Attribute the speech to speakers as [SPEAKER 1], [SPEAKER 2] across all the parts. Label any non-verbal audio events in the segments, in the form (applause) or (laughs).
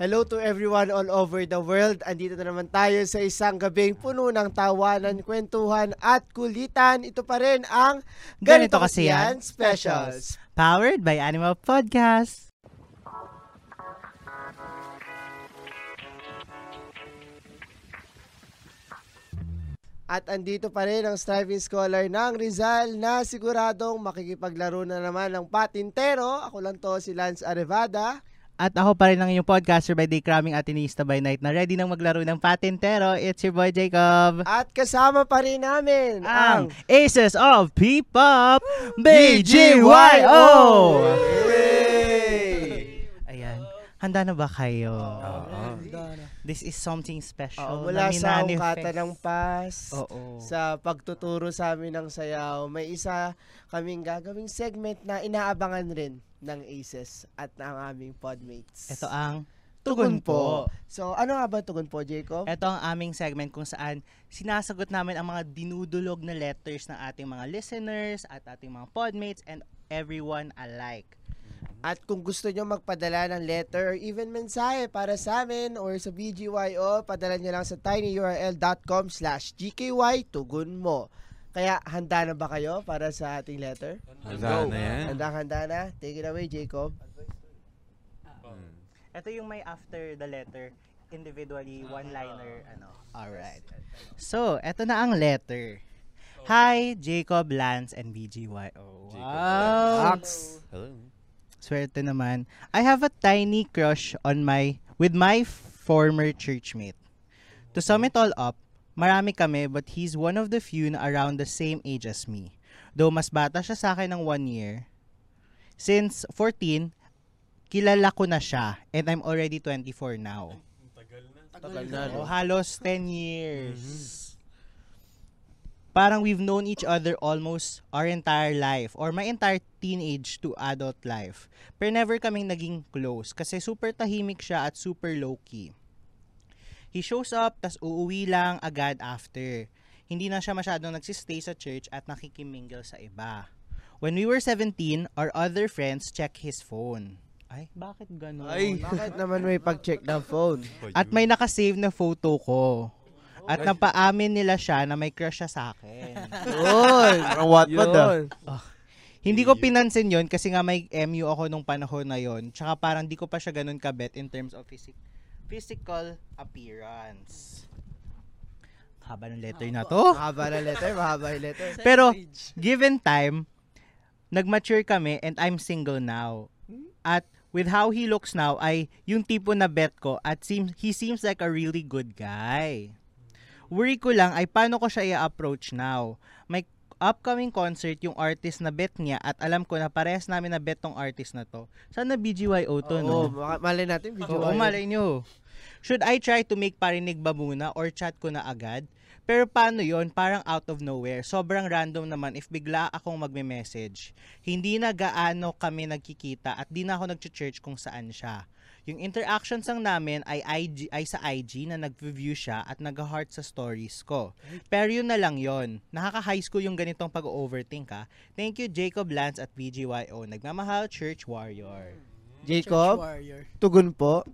[SPEAKER 1] Hello to everyone all over the world. Andito na naman tayo sa isang gabing puno ng tawanan, kwentuhan at kulitan. Ito pa rin ang
[SPEAKER 2] Ganito Kasi Yan
[SPEAKER 1] Specials.
[SPEAKER 2] Powered by Animal Podcast.
[SPEAKER 1] At andito pa rin ang striving scholar ng Rizal na siguradong makikipaglaro na naman ng patintero. Ako lang to si Lance Arevada.
[SPEAKER 2] At ako pa rin ang inyong podcaster by day, Kraming Atinista by night na ready nang maglaro ng patentero. It's your boy Jacob.
[SPEAKER 1] At kasama pa rin namin ang
[SPEAKER 2] Ang Aces of
[SPEAKER 1] (gasps)
[SPEAKER 2] P-Pop, BGYO!
[SPEAKER 1] Yay!
[SPEAKER 2] Ayan. Handa na ba kayo? Ah.
[SPEAKER 1] Oo.
[SPEAKER 2] This is something special.
[SPEAKER 1] Oo, mula sa angkata
[SPEAKER 2] Nanginanifest.
[SPEAKER 1] ng pas.
[SPEAKER 2] Oo.
[SPEAKER 1] sa pagtuturo sa amin ng sayaw, may isa kaming gagawing segment na inaabangan rin ng ACES at ng aming podmates.
[SPEAKER 2] Ito ang
[SPEAKER 1] Tugon po. So, ano nga ba tugon po, Jacob?
[SPEAKER 2] Ito ang aming segment kung saan sinasagot namin ang mga dinudulog na letters ng ating mga listeners at ating mga podmates and everyone alike.
[SPEAKER 1] At kung gusto nyo magpadala ng letter or even mensahe para sa amin or sa BGYO, padala nyo lang sa tinyurl.com slash gky tugon mo. Kaya handa na ba kayo para sa ating letter?
[SPEAKER 3] Handa na yan.
[SPEAKER 1] Handa-handa na. Take it away, Jacob.
[SPEAKER 2] Ito yung may after the letter individually one-liner ano. All right. So, ito na ang letter. Hi, Jacob Lance and BGYO. Wow.
[SPEAKER 1] Ox.
[SPEAKER 3] Hello.
[SPEAKER 2] Swerte naman. I have a tiny crush on my with my former churchmate. To sum it all up, marami kami but he's one of the few na around the same age as me. Though mas bata siya sa akin ng one year. Since 14, kilala ko na siya and I'm already 24 now. Oh, halos Mm-hmm. 10 years. Parang we've known each other almost our entire life or my entire teenage to adult life. Pero never kaming naging close kasi super tahimik siya at super low-key. He shows up, tas uuwi lang agad after. Hindi na siya masyadong nagsistay sa church at nakikimingle sa iba. When we were 17, our other friends check his phone. Ay, bakit ganun?
[SPEAKER 1] Bakit naman may pag-check ng phone?
[SPEAKER 2] At may nakasave na photo ko. At napaamin nila siya na may crush siya sa akin.
[SPEAKER 1] Yun! Parang Wattpad ah.
[SPEAKER 2] Hindi ko pinansin yon kasi nga may MU ako nung panahon na yon. Tsaka parang di ko pa siya ganun kabet in terms of physic physical appearance. Haba ng letter na to.
[SPEAKER 1] Mahaba na letter, mahaba yung letter.
[SPEAKER 2] Pero given time, nagmature kami and I'm single now. At with how he looks now ay yung tipo na bet ko at seems he seems like a really good guy. Worry ko lang ay paano ko siya i-approach now. May upcoming concert yung artist na bet niya at alam ko na parehas namin na bet tong artist na to. Sana BGYO to,
[SPEAKER 1] Oo,
[SPEAKER 2] no?
[SPEAKER 1] maka- malay natin video.
[SPEAKER 2] Oo, malay nyo. Should I try to make parinig ba muna or chat ko na agad? Pero paano yon Parang out of nowhere. Sobrang random naman if bigla akong magme-message. Hindi na gaano kami nagkikita at di na ako nag-church kung saan siya. Yung interactions ang namin ay, IG, ay sa IG na nag-view siya at nag-heart sa stories ko. Pero yun na lang yon Nakaka-high school yung ganitong pag-overthink ha. Thank you Jacob Lance at BGYO. Nagmamahal Church Warrior.
[SPEAKER 1] Jacob, tugon po.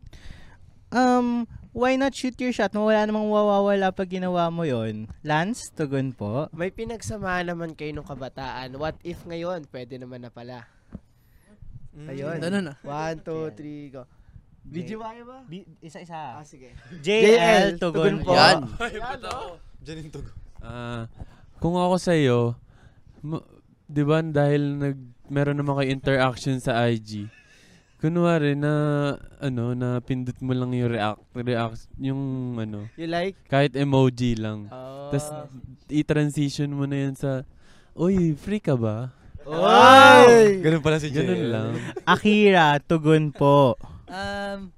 [SPEAKER 2] Um, why not shoot your shot? Wala namang wawawala pag ginawa mo yon. Lance, tugon po.
[SPEAKER 1] May pinagsamahan naman kayo nung kabataan. What if ngayon? Pwede naman na pala. Ayun.
[SPEAKER 4] Ano na?
[SPEAKER 1] One, two, three, go. Video kaya ba? Ah,
[SPEAKER 2] isa-isa.
[SPEAKER 1] sige.
[SPEAKER 2] JL, tugon, po.
[SPEAKER 4] Yan.
[SPEAKER 3] Diyan yung tugon.
[SPEAKER 5] Ah, kung ako sa iyo, 'di ba dahil nag meron naman kayo interaction sa IG. Kunwari na ano na pindot mo lang yung react react yung ano
[SPEAKER 1] You like?
[SPEAKER 5] kahit emoji lang.
[SPEAKER 1] Oh.
[SPEAKER 5] Tapos
[SPEAKER 3] Ah.
[SPEAKER 5] i-transition mo na yun sa Uy, free ka ba?
[SPEAKER 1] Oh, Oy!
[SPEAKER 3] Ganun pala si Jay.
[SPEAKER 5] Ganun lang.
[SPEAKER 2] Akira, tugon po.
[SPEAKER 4] Um,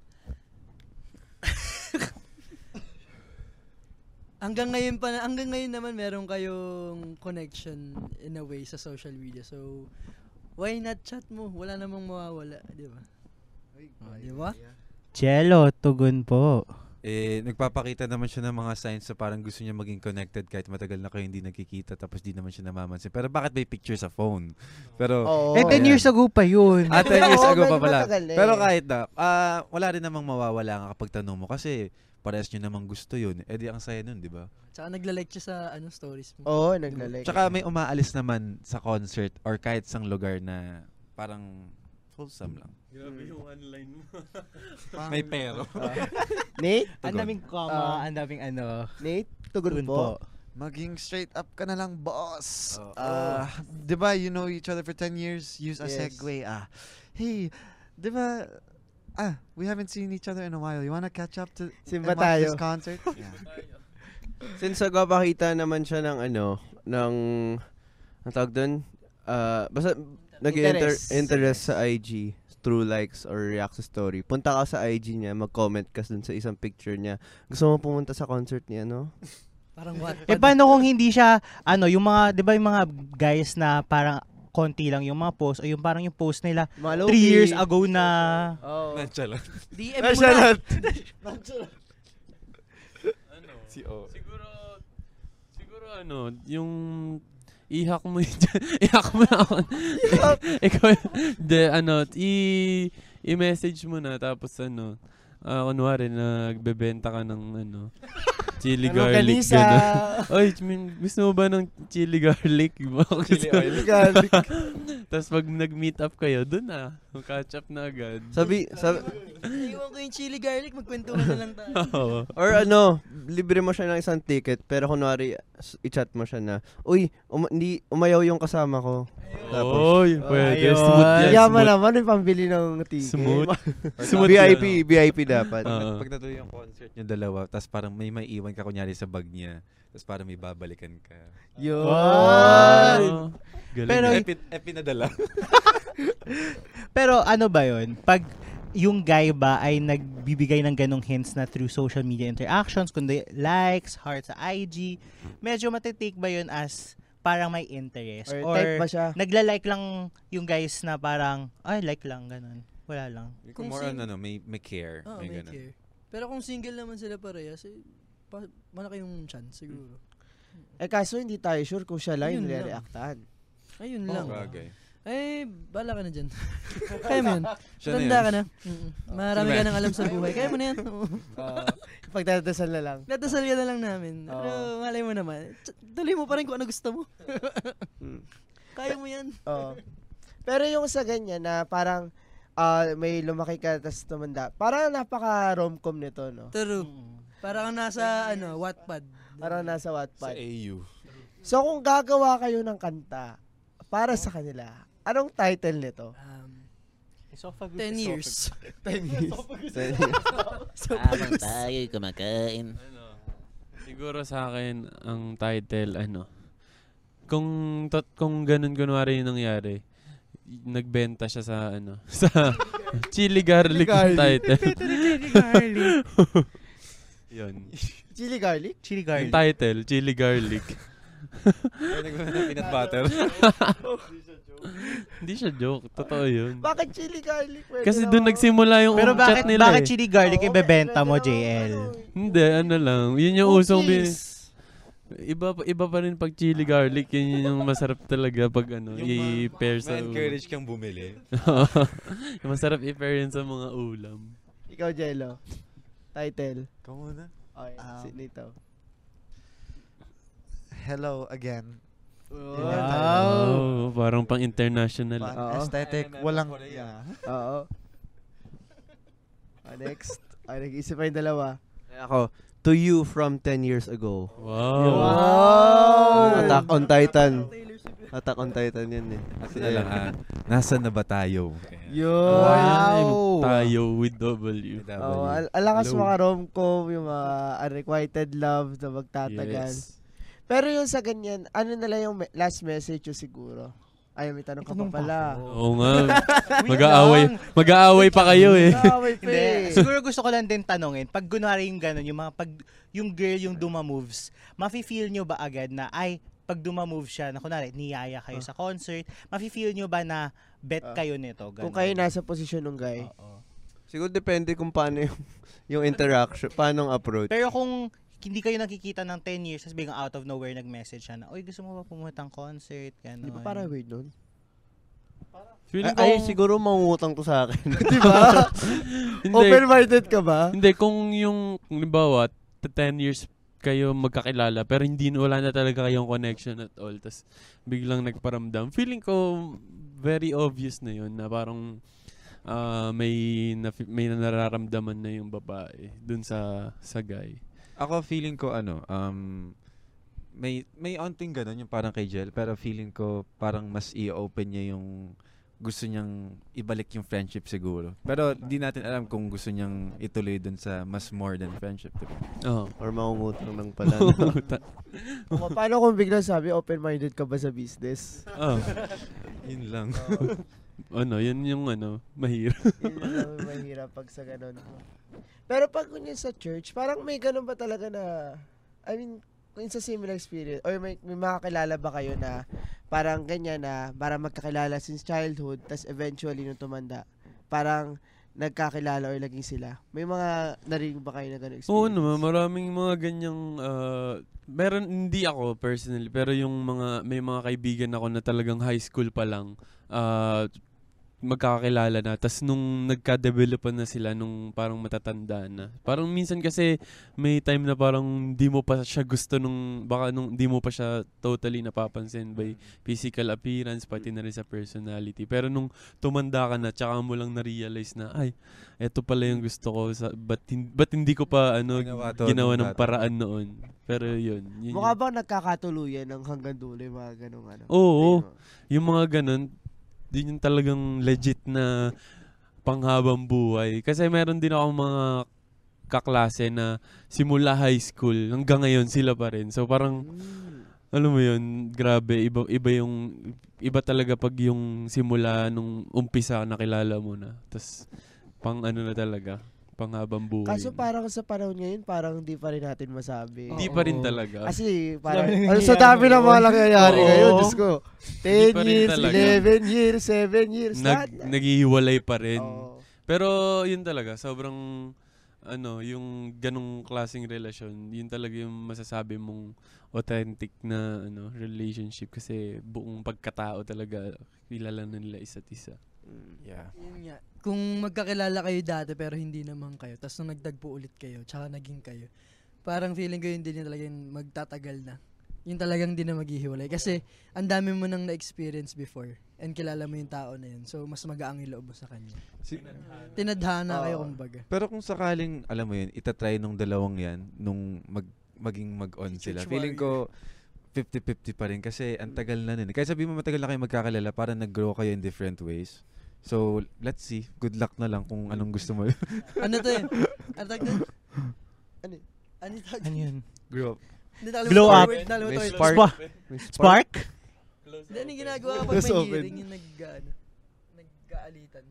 [SPEAKER 4] hanggang ngayon pa na- hanggang ngayon naman meron kayong connection in a way sa social media. So why not chat mo? Wala namang mawawala, di ba? Oh, di ba?
[SPEAKER 2] Jello, tugon po.
[SPEAKER 3] eh, nagpapakita naman siya ng mga signs sa parang gusto niya maging connected kahit matagal na kayo hindi nagkikita tapos di naman siya namamansin. Pero bakit may picture sa phone? Pero,
[SPEAKER 1] Oo.
[SPEAKER 2] eh, 10
[SPEAKER 3] Oh, Ayan.
[SPEAKER 2] years ago pa yun.
[SPEAKER 3] ah, 10 years
[SPEAKER 1] Oo,
[SPEAKER 3] ago pa
[SPEAKER 1] medyo
[SPEAKER 3] pala.
[SPEAKER 1] matagal na eh.
[SPEAKER 3] Pero kahit na, ah, wala rin namang mawawala nga kapag tanong mo kasi parehas niyo namang gusto yun. Eh di ang saya nun, di ba?
[SPEAKER 4] Tsaka nagla-like siya sa ano, stories
[SPEAKER 3] Oh.
[SPEAKER 4] mo.
[SPEAKER 1] Oo, naglalike.
[SPEAKER 3] Tsaka may umaalis naman sa concert or kahit sang lugar na parang wholesome lang.
[SPEAKER 5] Grabe yung online mo.
[SPEAKER 3] May pero.
[SPEAKER 1] Nate?
[SPEAKER 2] Ang daming comma, ang daming ano.
[SPEAKER 1] Nate? Tugon
[SPEAKER 2] Tugon
[SPEAKER 1] po.
[SPEAKER 6] Maging straight up ka na lang, boss.
[SPEAKER 3] Oo.
[SPEAKER 6] Ah, 'di ba you know each other for 10 years, use a
[SPEAKER 1] Yes.
[SPEAKER 6] segue. Ah. Hey, 'di ba Ah, we haven't seen each other in a while. You wanna catch up to
[SPEAKER 1] Simba
[SPEAKER 6] and watch this
[SPEAKER 1] tayo. (laughs)
[SPEAKER 6] concert? Yeah.
[SPEAKER 7] Since nagpapakita naman siya ng ano, ng, ang tawag doon? Ah, basta nag-enter
[SPEAKER 1] Interest.
[SPEAKER 7] interest sa IG through likes or react sa story. Punta ka sa IG niya, mag-comment ka dun sa isang picture niya. Gusto mo pumunta sa concert niya, no?
[SPEAKER 4] Parang
[SPEAKER 3] (laughs)
[SPEAKER 4] what?
[SPEAKER 2] Eh paano kung hindi siya ano, yung mga 'di ba yung mga guys na parang konti lang yung mga post o yung parang yung post nila 3 years ago na
[SPEAKER 1] Oh.
[SPEAKER 3] Nandiyan lang.
[SPEAKER 4] DM
[SPEAKER 7] Ay,
[SPEAKER 4] mo
[SPEAKER 7] siya
[SPEAKER 4] na.
[SPEAKER 7] lahat.
[SPEAKER 3] Si O.
[SPEAKER 5] Ano? Siguro, siguro ano, yung ihak mo yun dyan. (laughs) ihak mo na ako. (laughs) Ikaw, de, ano, i- i-message mo na tapos ano, ah, kunwari nagbebenta ka ng ano, chili garlic.
[SPEAKER 1] Ganisa.
[SPEAKER 5] Ganun. (laughs) Oy, I mean, gusto mo ba ng chili garlic? (laughs)
[SPEAKER 3] Chili oil.
[SPEAKER 1] Garlic.
[SPEAKER 5] tapos pag nag-meet up kayo, dun na. Catch up na agad.
[SPEAKER 7] Sabi, sabi,
[SPEAKER 4] Iwan ko yung chili garlic, magkwentuhan na lang
[SPEAKER 3] (laughs)
[SPEAKER 4] tayo.
[SPEAKER 5] (laughs) Oo.
[SPEAKER 7] Or ano, libre mo siya ng isang ticket, pero kunwari, s- i-chat mo siya na, Uy, um- hindi, umayaw yung kasama ko. Tapos,
[SPEAKER 5] Oy, pwede.
[SPEAKER 2] Ayun.
[SPEAKER 5] Smooth yan.
[SPEAKER 1] Yaman
[SPEAKER 5] Smooth.
[SPEAKER 1] naman, may pambili ng ticket.
[SPEAKER 5] Smooth. Smooth
[SPEAKER 7] VIP,
[SPEAKER 5] yan.
[SPEAKER 7] VIP dapat.
[SPEAKER 5] Oo.
[SPEAKER 3] (laughs) Pag, pag natuloy yung concert niyo dalawa, tapos parang may maiiwan ka kunyari sa bag niya, tapos parang may babalikan ka.
[SPEAKER 1] Yun.
[SPEAKER 5] Oo. Galing.
[SPEAKER 2] Pero-
[SPEAKER 5] eh.
[SPEAKER 3] eh, pin- eh, pinadala.
[SPEAKER 2] Pero ano ba 'yun? Pag yung guy ba ay nagbibigay ng ganong hints na through social media interactions, kundi likes, hearts sa IG, medyo matitake ba yun as parang may interest?
[SPEAKER 1] Or type ba siya?
[SPEAKER 2] nagla-like lang yung guys na parang, ay, like lang, ganun. Wala lang.
[SPEAKER 4] Kung
[SPEAKER 3] more on
[SPEAKER 4] sing-
[SPEAKER 3] ano, may, may care.
[SPEAKER 4] Oo,
[SPEAKER 3] may
[SPEAKER 4] Oh, may
[SPEAKER 3] ganun.
[SPEAKER 4] care. Pero kung single naman sila parehas, eh, pa- malaki yung chance siguro.
[SPEAKER 1] Eh kaso hindi tayo sure kung siya lang yung
[SPEAKER 4] Yun lang.
[SPEAKER 1] nire-reactan.
[SPEAKER 4] Ayun
[SPEAKER 1] Oo,
[SPEAKER 4] lang.
[SPEAKER 3] Hmm. Oh, Bagay.
[SPEAKER 4] Eh, bala ka na
[SPEAKER 3] (laughs)
[SPEAKER 4] dyan. Kaya mo yun.
[SPEAKER 3] Siya na
[SPEAKER 4] Tanda
[SPEAKER 3] yun.
[SPEAKER 4] ka na. Mm-mm. Marami
[SPEAKER 3] Diba?
[SPEAKER 4] ka nang alam sa buhay. Kaya mo na yan.
[SPEAKER 3] (laughs)
[SPEAKER 4] Oo.
[SPEAKER 1] (laughs) Pagdadasal na lang.
[SPEAKER 4] Natasal ka na lang namin.
[SPEAKER 1] Oo.
[SPEAKER 4] Pero malay mo naman. Ts- Tuloy mo pa rin kung ano gusto mo.
[SPEAKER 1] Hmm.
[SPEAKER 4] Kaya mo yan.
[SPEAKER 1] Oo. Pero yung sa ganyan na parang ah, may lumaki ka tapos tumanda, parang napaka romcom nito, no?
[SPEAKER 4] True.
[SPEAKER 1] Hmm.
[SPEAKER 4] Para kang nasa, ano, Wattpad.
[SPEAKER 1] Parang nasa
[SPEAKER 3] Sa
[SPEAKER 1] Wattpad.
[SPEAKER 3] AU.
[SPEAKER 1] So kung gagawa kayo ng kanta para sa kanila, anong title nito?
[SPEAKER 4] Um,
[SPEAKER 2] Esophagus.
[SPEAKER 4] 10 years.
[SPEAKER 8] Habang tayo'y kumakain.
[SPEAKER 5] Siguro sa akin ang title ano. Kung tot kung ganun kunwari yung nangyari, y- nagbenta siya sa ano, (laughs) sa chili garlic yung (laughs) title.
[SPEAKER 2] Chili garlic.
[SPEAKER 5] Yun.
[SPEAKER 1] (laughs) Chili garlic?
[SPEAKER 2] Chili
[SPEAKER 5] Yung
[SPEAKER 2] garlic.
[SPEAKER 5] title, chili garlic.
[SPEAKER 3] Ay, nagkaroon ng peanut butter.
[SPEAKER 5] Hindi siya joke, totoo yun.
[SPEAKER 1] Bakit chili garlic? Pwede naman.
[SPEAKER 5] Kasi doon nagsimula yung
[SPEAKER 2] Pero bakit,
[SPEAKER 5] chat nila.
[SPEAKER 2] bakit
[SPEAKER 5] eh.
[SPEAKER 2] chili garlic
[SPEAKER 1] Oo,
[SPEAKER 2] ibebenta
[SPEAKER 1] pwede
[SPEAKER 2] mo,
[SPEAKER 1] naman,
[SPEAKER 2] JL?
[SPEAKER 1] ano,
[SPEAKER 5] Hindi, ano lang. Yun
[SPEAKER 2] Oh,
[SPEAKER 5] yung usong bin. Iba, pa- iba pa rin pag chili garlic. Yun yung masarap talaga pag ano, i-pair sa (laughs) ulam.
[SPEAKER 3] Ma-encourage kang bumili.
[SPEAKER 5] masarap i-pair yun sa mga ulam.
[SPEAKER 1] Ikaw, Jello. Title.
[SPEAKER 3] Ikaw muna.
[SPEAKER 1] Okay,
[SPEAKER 6] Um,
[SPEAKER 1] si Nito.
[SPEAKER 6] Hello again.
[SPEAKER 2] Wow.
[SPEAKER 5] Oh, parang pang international.
[SPEAKER 1] Oo.
[SPEAKER 6] Parang aesthetic,
[SPEAKER 3] Ayan, ayan,
[SPEAKER 6] walang
[SPEAKER 3] Korea.
[SPEAKER 6] yeah.
[SPEAKER 1] Oo. Ah, next. Ah, nag-isip pa yung dalawa.
[SPEAKER 7] Ako, to you from 10 years ago.
[SPEAKER 5] Wow.
[SPEAKER 7] Attack on Titan. Attack on Titan yun eh.
[SPEAKER 3] Kasi na lang ha, Nasaan na ba tayo? Okay.
[SPEAKER 5] Ay,
[SPEAKER 1] Wow!
[SPEAKER 5] tayo with W.
[SPEAKER 1] Oh, al- alakas mga romcom, yung mga unrequited love na magtatagal.
[SPEAKER 5] Yes.
[SPEAKER 1] Pero yung sa ganyan, ano nila yung me- last message yung siguro? Ay, may tanong ka pa
[SPEAKER 2] Tanong pa
[SPEAKER 1] pala. (laughs)
[SPEAKER 5] Oo nga. Mag-aaway. Mag-aaway pa kayo
[SPEAKER 1] (laughs)
[SPEAKER 5] eh.
[SPEAKER 1] Ah, may pa
[SPEAKER 2] Hindi.
[SPEAKER 1] eh.
[SPEAKER 2] Siguro gusto ko lang din tanongin, pag kunwari yung gano'n, yung mga pag, yung girl yung dumamoves, mafe-feel nyo ba agad na, ay, pag dumamove siya, na kunwari, niyaya kayo
[SPEAKER 4] Ah.
[SPEAKER 2] sa concert, mafe-feel nyo ba na bet
[SPEAKER 1] Ah.
[SPEAKER 2] kayo nito? Ganun.
[SPEAKER 1] Kung kayo nasa posisyon ng guy.
[SPEAKER 2] Oo.
[SPEAKER 7] Siguro depende kung paano yung, (laughs) yung interaction, paano ang approach.
[SPEAKER 2] Pero kung hindi kayo nakikita ng 10 years, tapos biglang out of nowhere nag-message siya na, Uy, gusto mo ba pumunta ng concert? Ganon.
[SPEAKER 1] Di ba parang weird nun?
[SPEAKER 5] Feeling ko,
[SPEAKER 7] Ay, ay, siguro mangungutang to sa akin.
[SPEAKER 1] Di
[SPEAKER 7] (laughs)
[SPEAKER 1] ba?
[SPEAKER 5] hindi,
[SPEAKER 7] Oh,
[SPEAKER 1] Open-minded ka ba?
[SPEAKER 5] hindi, kung yung, limbawa, 10 years kayo magkakilala pero hindi wala na talaga kayong connection at all tas biglang nagparamdam feeling ko very obvious na yun na parang ah, may na, may nararamdaman na yung babae dun sa sa guy
[SPEAKER 3] Ako feeling ko ano, um may may onting ganun yung parang kay Jel, pero feeling ko parang mas i-open niya yung gusto niyang ibalik yung friendship siguro. Pero di natin alam kung gusto niyang ituloy dun sa mas more than friendship. Diba?
[SPEAKER 5] oh
[SPEAKER 7] Or mangungutang lang pala.
[SPEAKER 6] (laughs)
[SPEAKER 7] no?
[SPEAKER 1] O, paano kung biglang sabi, open-minded ka ba sa business?
[SPEAKER 5] oh
[SPEAKER 3] Yun lang.
[SPEAKER 5] ano yun yung ano mahirap
[SPEAKER 1] Yun lang ang mahirap pag sa ganun. Pero pag kunyan sa church, parang may ganun ba talaga na, I mean, kung sa similar experience, or may, may makakilala ba kayo na parang ganyan na, parang magkakilala since childhood, tas eventually nung tumanda, parang nagkakilala or laging sila. May mga narinig ba kayo na ganun experience?
[SPEAKER 5] (laughs) Oo naman, maraming mga ganyang, ah, meron, hindi ako personally, pero yung mga, may mga kaibigan ako na talagang high school pa lang, ah, magkakakilala na. Tapos nung nagka-developan na sila, nung parang matatanda na. Parang minsan kasi may time na parang di mo pa siya gusto nung, baka nung di mo pa siya totally napapansin by
[SPEAKER 3] Mm.
[SPEAKER 5] physical appearance, pati na rin sa personality. Pero nung tumanda ka na, tsaka mo lang na-realize na, ay, eto pala yung gusto ko. Sa, ba't, hin- ba't hindi ko pa ano,
[SPEAKER 3] Ginawa to
[SPEAKER 5] ginawa
[SPEAKER 3] nung
[SPEAKER 5] ng
[SPEAKER 3] bata.
[SPEAKER 5] paraan noon? Pero yun. yun
[SPEAKER 1] Mukha
[SPEAKER 5] yun.
[SPEAKER 1] bang nagkakatuluyan ng hanggang dulo yung mga ganung ano?
[SPEAKER 5] Oo. Yung mga ganun, yun yung talagang legit na panghabang buhay. Kasi meron din ako mga kaklase na simula high school hanggang ngayon sila pa rin. So parang
[SPEAKER 1] Hmm.
[SPEAKER 5] alam mo yun, grabe iba iba yung iba talaga pag yung simula nung umpisa nakilala mo na. Tapos pang ano na talaga, panghabang buhay.
[SPEAKER 1] Kaso
[SPEAKER 5] na.
[SPEAKER 1] parang sa panahon ngayon, parang hindi pa rin natin masabi.
[SPEAKER 5] Hindi pa rin
[SPEAKER 4] Oo.
[SPEAKER 5] talaga.
[SPEAKER 1] Kasi parang,
[SPEAKER 2] Dami
[SPEAKER 1] ano, sa
[SPEAKER 2] nangyayari
[SPEAKER 1] dami ng mga
[SPEAKER 2] ngayon.
[SPEAKER 1] nangyayari
[SPEAKER 5] Oo.
[SPEAKER 1] ngayon,
[SPEAKER 6] (laughs)
[SPEAKER 1] Diyos ko. 10
[SPEAKER 5] pa rin
[SPEAKER 1] years,
[SPEAKER 5] talaga.
[SPEAKER 1] 11 years, 7 years.
[SPEAKER 5] Nag,
[SPEAKER 1] lahat na.
[SPEAKER 5] naghihiwalay pa rin.
[SPEAKER 1] Oo.
[SPEAKER 5] Pero yun talaga, sobrang ano, yung ganong klaseng relasyon, yun talaga yung masasabi mong authentic na ano, relationship kasi buong pagkatao talaga kilala nila isa't isa.
[SPEAKER 3] Yeah.
[SPEAKER 4] Yun nga. Kung magkakilala kayo dati pero hindi naman kayo, tapos nung nagdagpo ulit kayo, tsaka naging kayo, parang feeling ko yun din yung talagang magtatagal na. Yun talagang di na maghihiwalay. Kasi ang dami mo nang na-experience before and kilala mo yung tao na yun. So, mas magaang yung loob mo sa kanya.
[SPEAKER 3] Si-
[SPEAKER 4] Tinadhana kayo
[SPEAKER 1] Oo.
[SPEAKER 4] kumbaga.
[SPEAKER 3] pero kung sakaling, alam mo yun, itatry nung dalawang yan, nung mag, maging mag-on
[SPEAKER 4] Si
[SPEAKER 3] sila.
[SPEAKER 4] Church
[SPEAKER 3] Feeling ko, 50-50 pa rin kasi ang tagal na nun. eh. Kahit sabihin mo matagal na kayo magkakalala, parang nag-grow kayo in different ways. So, let's see. Good luck na lang kung anong gusto mo.
[SPEAKER 4] Ano to yun? Ano tag doon?
[SPEAKER 1] Ano?
[SPEAKER 4] Ano yung tag
[SPEAKER 2] Ano yun?
[SPEAKER 3] Grow up.
[SPEAKER 4] Hindi, nakalimutan
[SPEAKER 2] Glow
[SPEAKER 4] ko yung
[SPEAKER 2] up.
[SPEAKER 4] word, nakalimutan ko
[SPEAKER 3] May
[SPEAKER 4] yung
[SPEAKER 3] spark.
[SPEAKER 2] Spark?
[SPEAKER 7] May spark?
[SPEAKER 2] Spark?
[SPEAKER 4] word. Hindi, ano yung ginagawa kapag
[SPEAKER 1] Close
[SPEAKER 4] may
[SPEAKER 1] open.
[SPEAKER 4] hearing yung nag, ano, nagkaalitan.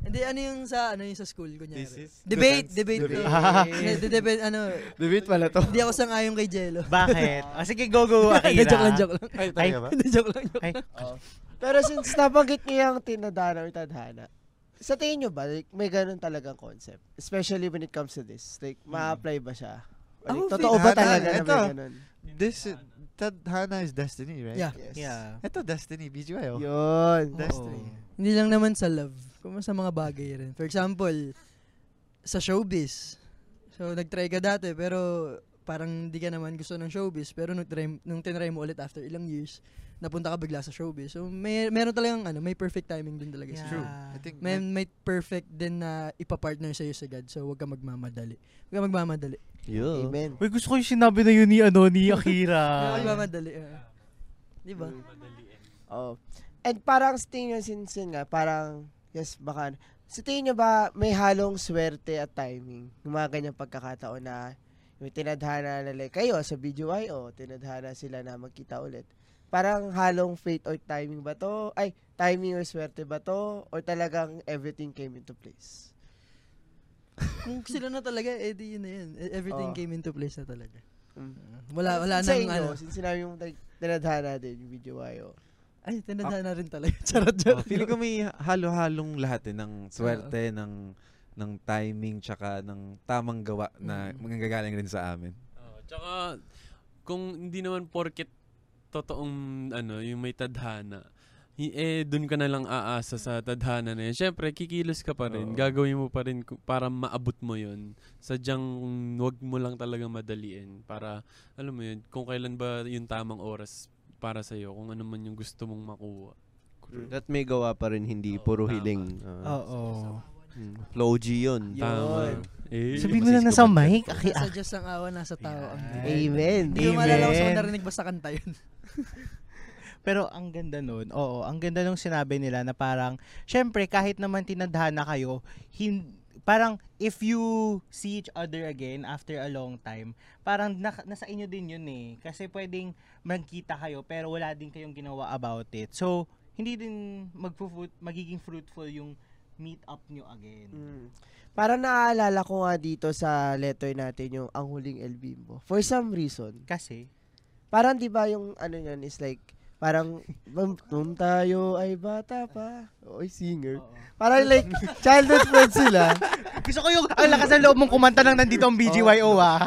[SPEAKER 4] Hindi, ano yung sa, ano yung sa school, kunyari? Debate, debate.
[SPEAKER 1] Debate.
[SPEAKER 4] Hindi, debate, ano,
[SPEAKER 1] Debate pala to.
[SPEAKER 4] hindi ako sangayon kay Jello.
[SPEAKER 2] Bakit? O sige, go, go,
[SPEAKER 4] (laughs)
[SPEAKER 2] Akira.
[SPEAKER 4] Hindi, joke lang, joke lang.
[SPEAKER 2] Ay,
[SPEAKER 4] (laughs) Hindi, joke lang, joke
[SPEAKER 2] ay,
[SPEAKER 1] Pero since nabanggit niyo yung tinadhana or tadhana, sa tingin niyo ba, like, may ganun talagang concept? Especially when it comes to this. Like,
[SPEAKER 5] Hmm.
[SPEAKER 1] ma-apply ba siya? Or
[SPEAKER 4] Ako,
[SPEAKER 1] Like, totoo ba
[SPEAKER 6] tadhana,
[SPEAKER 1] talaga na
[SPEAKER 6] eto.
[SPEAKER 1] may ganun?
[SPEAKER 6] This is, Tadhana is destiny, right?
[SPEAKER 4] Yeah.
[SPEAKER 1] Yes.
[SPEAKER 2] yeah.
[SPEAKER 6] Ito, destiny, BGYO.
[SPEAKER 1] Yun.
[SPEAKER 6] Destiny.
[SPEAKER 1] Oh.
[SPEAKER 4] Hindi lang naman sa love, kuma sa mga bagay rin. For example, sa showbiz. So, nag-try ka dati, pero parang hindi ka naman gusto ng showbiz. Pero nung, try, nung tinry mo ulit after ilang years, napunta ka bigla sa showbiz. So, may, meron talagang, ano, may perfect timing din talaga.
[SPEAKER 2] Yeah.
[SPEAKER 4] sa
[SPEAKER 6] True. I think
[SPEAKER 4] May, may perfect din na ipapartner sa'yo si God. So, huwag ka magmamadali. Huwag ka magmamadali.
[SPEAKER 7] Yo.
[SPEAKER 1] Amen.
[SPEAKER 2] Uy, gusto ko yung sinabi na yun ni, ano, ni Akira.
[SPEAKER 4] Huwag ka magmamadali. ah. Di ba?
[SPEAKER 1] Diba? Oh. And parang sa tingin nyo, since yun nga, parang, yes, baka, sa tingin nyo ba, may halong swerte at timing? Yung mga ganyang pagkakataon na, yung tinadhana na like, kayo sa BGYO, tinadhana sila na magkita ulit. Parang halong fate or timing ba to? Ay, timing or swerte ba to? Or talagang everything came into place?
[SPEAKER 4] Kung sila na talaga, eh, di yun na yun. E- Everything
[SPEAKER 1] Oo.
[SPEAKER 4] came into place na talaga. Ah,
[SPEAKER 1] Mm.
[SPEAKER 4] Wala, wala
[SPEAKER 1] Sa
[SPEAKER 4] nang,
[SPEAKER 1] inyo,
[SPEAKER 4] ano,
[SPEAKER 1] since sinabi yung like, tinadhana din yung BGYO.
[SPEAKER 4] Ay, tinanda
[SPEAKER 1] Ah.
[SPEAKER 4] na rin talaga. (laughs) Charot,
[SPEAKER 1] Oh.
[SPEAKER 4] charot.
[SPEAKER 3] (laughs) feeling ko may halo-halong lahat eh, ng swerte, ng ng timing, tsaka ng tamang gawa na
[SPEAKER 4] Mm.
[SPEAKER 3] manggagaling rin sa amin.
[SPEAKER 5] Oo, tsaka, kung hindi naman porket totoong, ano, yung may tadhana, hi- eh, dun ka na lang aasa sa tadhana na yun. Siyempre, kikilos ka pa
[SPEAKER 3] Oo.
[SPEAKER 5] rin. Gagawin mo pa rin ku- para maabot mo yun. Sadyang wag mo lang talaga madaliin. Para, alam mo yun, kung kailan ba yung tamang oras para sa'yo, kung ano man yung gusto mong makuha.
[SPEAKER 7] That may gawa pa rin, hindi
[SPEAKER 5] Oo,
[SPEAKER 7] puro
[SPEAKER 5] tama.
[SPEAKER 7] hiling. Ah,
[SPEAKER 2] Oo.
[SPEAKER 7] mm. Flow G yun.
[SPEAKER 1] Yun.
[SPEAKER 5] Tama. Eh,
[SPEAKER 2] Sabihin mo na na sa mic. Aki,
[SPEAKER 4] Nasa Diyos ang awa, nasa tao ang bigay.
[SPEAKER 1] Ah. Amen.
[SPEAKER 4] Hindi ko maalala kung saan
[SPEAKER 2] Amen.
[SPEAKER 4] narinig basta kanta yun. (laughs)
[SPEAKER 2] Pero ang ganda nun, oo, ang ganda nung sinabi nila na parang, syempre, kahit naman tinadhana kayo, hin- parang if you see each other again after a long time, parang na- nasa inyo din yun eh. Kasi pwedeng magkita kayo pero wala din kayong ginawa about it. So, hindi din magfruit, magiging fruitful yung meet up nyo again.
[SPEAKER 1] Parang naaalala ko nga dito sa letter natin yung ang huling El Bimbo. For some reason.
[SPEAKER 2] Kasi,
[SPEAKER 1] Parang 'di ba yung ano niyan is like parang (laughs) "Mam- nung tayo ay bata pa. Oy singer.
[SPEAKER 2] oo.
[SPEAKER 1] Parang like childhood friends sila.
[SPEAKER 2] gusto ko yung ang lakas ng loob mong kumanta ng nandito ang BGYO ah.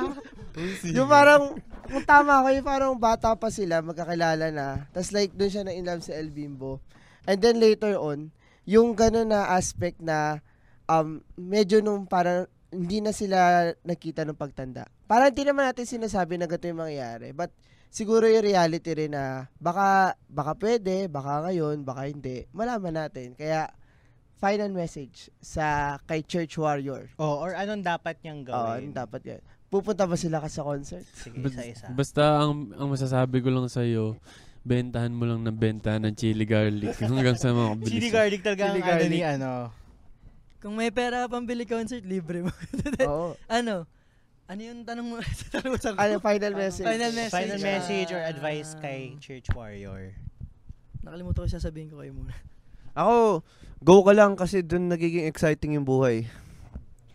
[SPEAKER 1] yung parang kung tama ko yung parang bata pa sila magkakilala na. Tapos like doon siya na in love sa El Bimbo. And then later on, yung ganun na aspect na um medyo nung parang hindi na sila nakita ng pagtanda. Parang hindi naman natin sinasabi na ganito yung mangyayari. But siguro yung reality rin na baka, baka pwede, baka ngayon, baka hindi. Malaman natin. Kaya final message sa kay Church Warrior.
[SPEAKER 2] Oo, Oh, or anong dapat niyang
[SPEAKER 1] Oo,
[SPEAKER 2] gawin?
[SPEAKER 1] ano dapat yan. Pupunta ba sila ka sa concert?
[SPEAKER 2] Sige,
[SPEAKER 5] But-
[SPEAKER 2] isa-isa.
[SPEAKER 5] Basta ang ang masasabi ko lang sa iyo, bentahan mo lang ng bentahan ng chili garlic (laughs) hanggang sa makabilis.
[SPEAKER 2] Chili
[SPEAKER 4] ah.
[SPEAKER 2] garlic talaga ang
[SPEAKER 1] Chili
[SPEAKER 2] ano ni
[SPEAKER 1] garlic.
[SPEAKER 2] ano.
[SPEAKER 4] Kung may pera pang bili concert, libre mo. (laughs)
[SPEAKER 1] Oo.
[SPEAKER 4] ano? Ano yung tanong mo? (laughs) tanong mo sa
[SPEAKER 1] Ano, final message?
[SPEAKER 4] Final message.
[SPEAKER 2] Final message or
[SPEAKER 4] Ah.
[SPEAKER 2] advice kay Church Warrior.
[SPEAKER 4] Nakalimutan ko sasabihin ko kayo muna.
[SPEAKER 7] Ako, go ka lang kasi dun nagiging exciting yung buhay.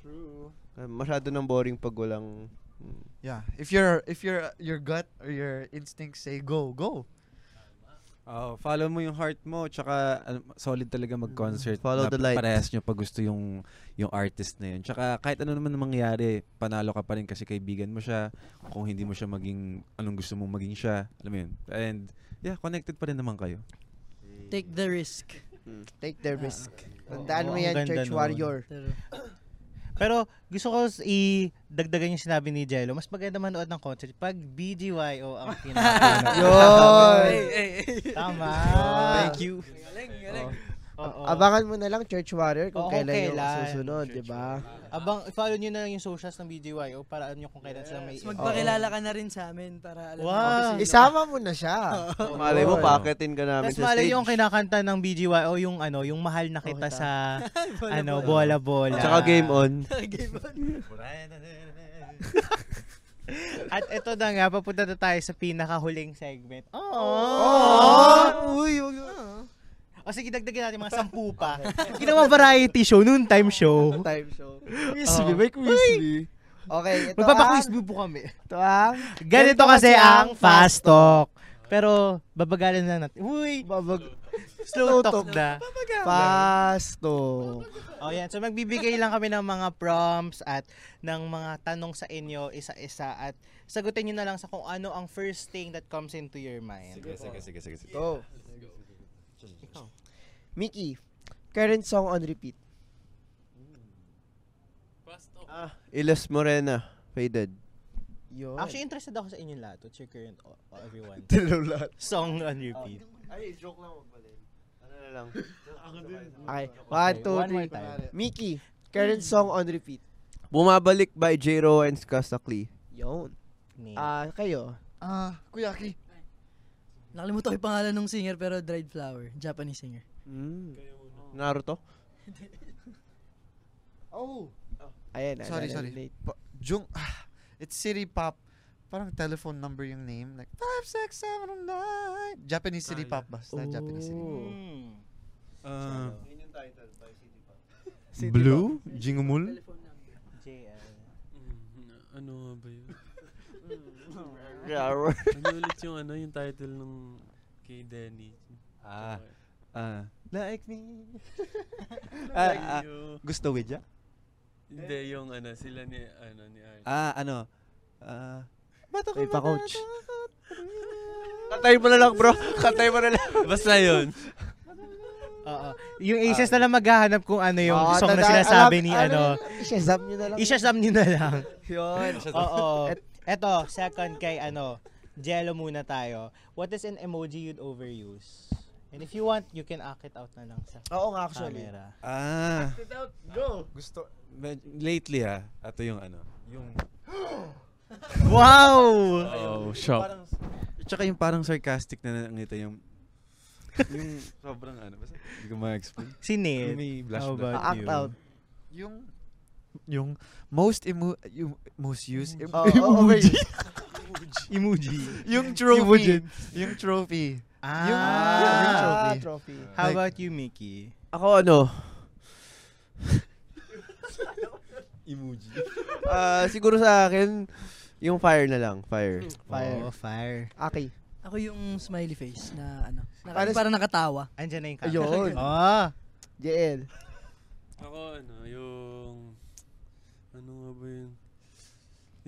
[SPEAKER 7] True. Masyado ng boring pag walang... mm.
[SPEAKER 6] Yeah. If your if your your gut or your instincts say go, go.
[SPEAKER 3] Oh, follow mo yung heart mo, tsaka ano, solid talaga mag-concert.
[SPEAKER 7] Mm-hmm. Follow
[SPEAKER 3] na
[SPEAKER 7] the light.
[SPEAKER 3] Parehas nyo pag gusto yung, yung artist na yun. Tsaka kahit ano naman ang mangyari, panalo ka pa rin kasi kaibigan mo siya. Kung hindi mo siya maging, anong gusto mong maging siya. Alam mo yun. And yeah, connected pa rin naman kayo.
[SPEAKER 4] Take the risk.
[SPEAKER 1] Ah, Take the risk.
[SPEAKER 2] Oo,
[SPEAKER 1] Tandaan mo
[SPEAKER 2] ang
[SPEAKER 1] yan,
[SPEAKER 2] ganda
[SPEAKER 1] Church
[SPEAKER 2] nun.
[SPEAKER 1] Warrior.
[SPEAKER 4] Pero,
[SPEAKER 2] Pero gusto ko s- idagdagan yung sinabi ni Jello. Mas maganda manood ng concert pag BGYO ang
[SPEAKER 4] (laughs)
[SPEAKER 1] Yun!
[SPEAKER 2] pinapanood. Tama. Oh,
[SPEAKER 1] Thank
[SPEAKER 2] you. Oo.
[SPEAKER 1] Abangan mo na lang, Church Warrior, kung
[SPEAKER 2] Oo,
[SPEAKER 1] kailan,
[SPEAKER 2] kailan.
[SPEAKER 1] yung susunod, di ba?
[SPEAKER 2] Abang, follow nyo na lang yung socials ng BGYO para alam nyo kung kailan sila may... oh.
[SPEAKER 4] magpakilala ka na rin sa amin para alam
[SPEAKER 2] Wow.
[SPEAKER 4] mo.
[SPEAKER 1] Isama mo na siya.
[SPEAKER 7] Malay
[SPEAKER 3] Oh.
[SPEAKER 7] mo, paketin ka namin
[SPEAKER 2] Tapos
[SPEAKER 7] sa
[SPEAKER 2] malay
[SPEAKER 7] stage.
[SPEAKER 2] yung kinakanta ng BGYO, yung ano, yung mahal na kita sa, ano,
[SPEAKER 4] (laughs)
[SPEAKER 2] bola-bola.
[SPEAKER 7] Tsaka game on.
[SPEAKER 2] At ito na nga, papunta na tayo sa pinakahuling segment. Oh!
[SPEAKER 1] Uy,
[SPEAKER 2] O Oh, sige, dagdagan natin mga sampu
[SPEAKER 1] (laughs)
[SPEAKER 2] pa. Ginawa variety show, noon time show. Oh.
[SPEAKER 1] time show.
[SPEAKER 2] Crispy,
[SPEAKER 1] may eh. crispy. Okay, ito ang,
[SPEAKER 2] Magpapakwis po kami.
[SPEAKER 1] ito ah. ang
[SPEAKER 2] Ganito kasi ang fast talk. Pero babagalan na natin. Uy,
[SPEAKER 1] babag Slow
[SPEAKER 2] slow
[SPEAKER 1] talk.
[SPEAKER 2] talk na.
[SPEAKER 1] pasto.
[SPEAKER 2] O yan, so magbibigay lang kami ng mga prompts at ng mga tanong sa inyo isa-isa at sagutin nyo na lang sa kung ano ang first thing that comes into your mind.
[SPEAKER 3] sige, sige, sige. sige.
[SPEAKER 1] Go. Mickey, current song on repeat.
[SPEAKER 7] Iles Morena, faded.
[SPEAKER 1] Yun.
[SPEAKER 2] Actually, interested ako sa inyo lahat. What's your current, o- o- uh, (laughs) everyone?
[SPEAKER 7] Tilo lahat.
[SPEAKER 2] Song on repeat.
[SPEAKER 7] Ay, joke lang, wag pala. Ano na lang.
[SPEAKER 1] okay. One,
[SPEAKER 2] Okay,
[SPEAKER 1] two,
[SPEAKER 2] one more
[SPEAKER 1] three.
[SPEAKER 2] time.
[SPEAKER 1] Mickey, current song on repeat.
[SPEAKER 7] Bumabalik by J. Rowe and Skasakli.
[SPEAKER 1] Yun.
[SPEAKER 2] Name.
[SPEAKER 1] Ah, kayo.
[SPEAKER 6] Ah, Kuyaki.
[SPEAKER 4] Nakalimutan ko yung pangalan ng singer pero Dried Flower, Japanese singer.
[SPEAKER 7] Naruto?
[SPEAKER 6] Oh.
[SPEAKER 1] Ayan, ah,
[SPEAKER 6] Sorry,
[SPEAKER 1] ayan,
[SPEAKER 6] sorry.
[SPEAKER 1] late.
[SPEAKER 6] Pa- Jung ah, it's City Pop. Parang telephone number yung name. Like, 56709. Japanese City Pop basta. Japanese City Pop.
[SPEAKER 2] Hmm.
[SPEAKER 3] Uh,
[SPEAKER 1] City
[SPEAKER 3] Blue? Jingumul?
[SPEAKER 2] JL.
[SPEAKER 5] Ano nga ba yun?
[SPEAKER 7] Flower.
[SPEAKER 5] Ano ulit yung ano yung title ng kay Denny?
[SPEAKER 6] Ah.
[SPEAKER 3] Ah,
[SPEAKER 6] Like me. ah, ah, gusto widya?
[SPEAKER 5] Hindi, yung ano, sila ni, ano, ni Archie.
[SPEAKER 6] Ah, ano? Ah, ba't ako
[SPEAKER 7] Ay, pa-coach.
[SPEAKER 6] matatakot?
[SPEAKER 7] Kantay mo na lang, bro. Kantay mo na lang.
[SPEAKER 5] Basta yun.
[SPEAKER 2] Oo. Ah. Yung Aces na lang maghahanap kung ano yung
[SPEAKER 1] Oo,
[SPEAKER 2] song
[SPEAKER 1] Oh,
[SPEAKER 2] na
[SPEAKER 1] tanda-
[SPEAKER 2] sinasabi
[SPEAKER 1] alam-
[SPEAKER 2] ni ano.
[SPEAKER 1] yun, Ishazam nyo na lang.
[SPEAKER 2] Isasam nyo na (laughs) lang.
[SPEAKER 1] Yun.
[SPEAKER 2] Oo. Eto, second kay ano, Jello muna tayo. What is an emoji you'd overuse? And if you want, you can act it out na lang sa
[SPEAKER 1] Oo nga, actually.
[SPEAKER 2] camera.
[SPEAKER 3] Ah. Go. Gusto med- lately ah, ito yung ano, yung
[SPEAKER 2] Wow!
[SPEAKER 5] Oh, shock.
[SPEAKER 3] parang tsaka yung parang sarcastic na nangita yung yung sobrang ano, basta hindi ko ma-explain.
[SPEAKER 2] Sinit.
[SPEAKER 3] May
[SPEAKER 2] How
[SPEAKER 3] flashback.
[SPEAKER 2] about
[SPEAKER 1] Act
[SPEAKER 2] you? (laughs)
[SPEAKER 1] out.
[SPEAKER 6] Yung yung most emo yung most used em-
[SPEAKER 1] Oo, oo, okay.
[SPEAKER 2] Emoji.
[SPEAKER 6] oh, (laughs) yung trophy yung trophy Yung- yung
[SPEAKER 2] Ah!
[SPEAKER 1] Ah,
[SPEAKER 6] trophy.
[SPEAKER 1] trophy.
[SPEAKER 2] How about
[SPEAKER 6] Like-
[SPEAKER 2] you, Mickey?
[SPEAKER 7] Ako ano,
[SPEAKER 5] (laughs)
[SPEAKER 3] Emoji.
[SPEAKER 7] ah, siguro sa akin, yung fire na lang, fire.
[SPEAKER 1] Fire.
[SPEAKER 2] Oh, fire.
[SPEAKER 1] Aki.
[SPEAKER 4] Ako yung smiley face na ano, na,
[SPEAKER 1] Para sa-
[SPEAKER 4] parang nakatawa.
[SPEAKER 2] Andiyan na yung
[SPEAKER 1] (laughs)
[SPEAKER 2] camera.
[SPEAKER 1] Ayun. Ah.
[SPEAKER 2] Oh.
[SPEAKER 1] JL.
[SPEAKER 5] Ako ano, yung... Ano nga ba yun?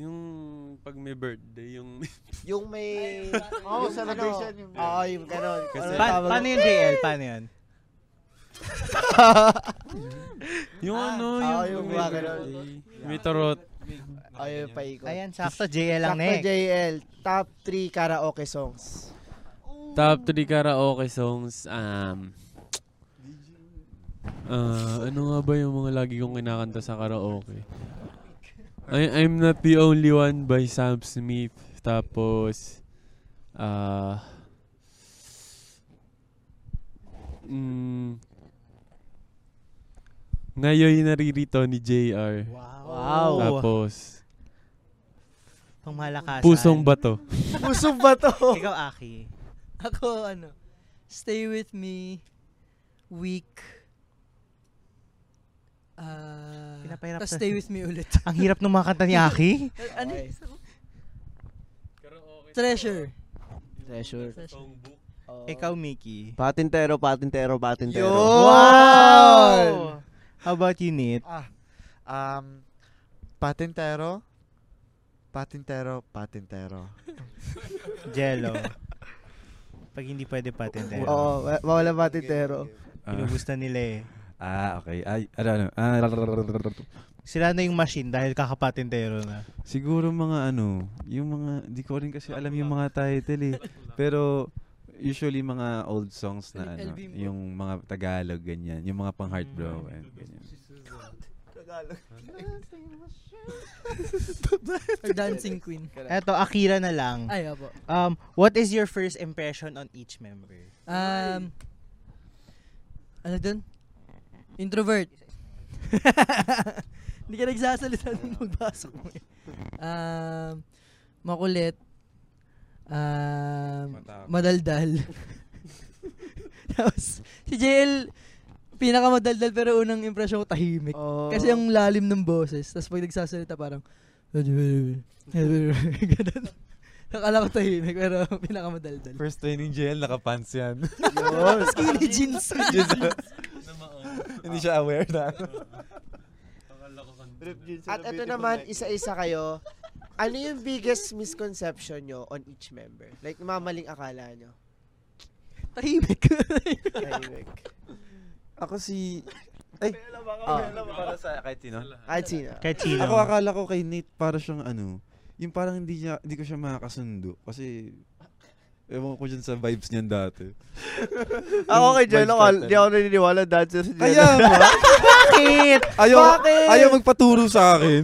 [SPEAKER 5] Yung pag may birthday, yung... (laughs)
[SPEAKER 1] Yung may... Oo, oh, celebration. Ano, Oo, yung ganon.
[SPEAKER 5] Kasi-
[SPEAKER 1] Ano
[SPEAKER 2] Pa-
[SPEAKER 1] tawag-
[SPEAKER 2] paano yun, JL? Paano yun?
[SPEAKER 5] yung ano,
[SPEAKER 1] ah,
[SPEAKER 5] yung,
[SPEAKER 1] yung
[SPEAKER 5] pag
[SPEAKER 1] mga
[SPEAKER 5] may
[SPEAKER 1] ganun.
[SPEAKER 5] birthday. May tarot.
[SPEAKER 1] Ayun, paikot.
[SPEAKER 2] Ayan, sakto JL lang eh.
[SPEAKER 1] Sakto
[SPEAKER 2] next.
[SPEAKER 1] JL. Top 3 karaoke songs.
[SPEAKER 5] Top 3 karaoke songs. Um, ah, ano nga ba yung mga lagi kong kinakanta sa karaoke? I, I'm not the only one by Sam Smith. Tapos, ah, mm, ngayon yung naririto ni JR.
[SPEAKER 2] Wow.
[SPEAKER 5] Tapos,
[SPEAKER 2] Pangmalakasan.
[SPEAKER 5] Pusong Bato.
[SPEAKER 1] Puso ba to?
[SPEAKER 2] Ikaw, Aki.
[SPEAKER 4] Ako ano, stay with me, week, ah,
[SPEAKER 2] Pinapahirap
[SPEAKER 4] tas
[SPEAKER 2] na-
[SPEAKER 4] stay with me ulit.
[SPEAKER 2] Ang hirap ng mga kanta ni Aki.
[SPEAKER 4] ano? yung isa ko? Treasure.
[SPEAKER 1] Treasure.
[SPEAKER 4] Treasure.
[SPEAKER 2] Ikaw, Mickey.
[SPEAKER 7] Patintero, patintero, patintero.
[SPEAKER 1] Wow!
[SPEAKER 2] How about you, Nit?
[SPEAKER 6] (laughs) ah um patintero patintero patintero
[SPEAKER 2] Jello. Pag hindi pwede patente.
[SPEAKER 1] Oo, oh, mawala ba tintero?
[SPEAKER 2] Inubos na nila eh.
[SPEAKER 3] Ah, okay. Ay, ano, ano. Ah,
[SPEAKER 2] Sila na yung machine dahil kakapatentero na.
[SPEAKER 3] Siguro mga ano, yung mga, di ko rin kasi alam yung mga title eh. Pero, usually mga old songs na ano,
[SPEAKER 4] LB mo.
[SPEAKER 3] yung mga Tagalog, ganyan. Yung mga pang heartbroken, ganyan.
[SPEAKER 4] Or Dancing Queen.
[SPEAKER 2] Eto, Akira na lang.
[SPEAKER 4] Ay, apo.
[SPEAKER 2] Um, what is your first impression on each member?
[SPEAKER 4] Um, ano dun? Introvert. (laughs) Hindi ka nagsasalita nung magbasok mo eh. Um, makulit. Um, madaldal. Tapos, si JL, pinakamadaldal pero unang impression ko tahimik.
[SPEAKER 1] Oo.
[SPEAKER 4] Kasi ang lalim ng boses. Tapos pag nagsasalita parang, (laughs) ganun. Nakala ko tahimik pero (laughs) pinakamadaldal.
[SPEAKER 6] first training jail nakapants
[SPEAKER 3] (laughs)
[SPEAKER 6] yan
[SPEAKER 4] Skinny jeans.
[SPEAKER 6] hindi siya aware na
[SPEAKER 1] At ito naman, isa-isa kayo. Ano yung biggest misconception nyo on each member? Like, mamaling akala nyo.
[SPEAKER 4] (laughs) Tahimik.
[SPEAKER 1] (laughs) Tahimik.
[SPEAKER 3] (laughs) Ako si... Ay, para sa kahit sino.
[SPEAKER 1] Kahit sino.
[SPEAKER 2] Kahit sino.
[SPEAKER 3] Ako akala ko kay Nate para siyang ano, yung parang hindi niya, hindi ko siya makakasundo. Kasi, ewan ko dyan sa vibes niyan dati.
[SPEAKER 7] Ako kay
[SPEAKER 3] Vibes
[SPEAKER 7] Jello,
[SPEAKER 3] pattern.
[SPEAKER 7] di ako naniniwala dancer si Jello.
[SPEAKER 3] Kaya (laughs) nga.
[SPEAKER 2] Bakit?
[SPEAKER 3] Ayaw,
[SPEAKER 1] Bakit?
[SPEAKER 3] ayaw magpaturo sa akin.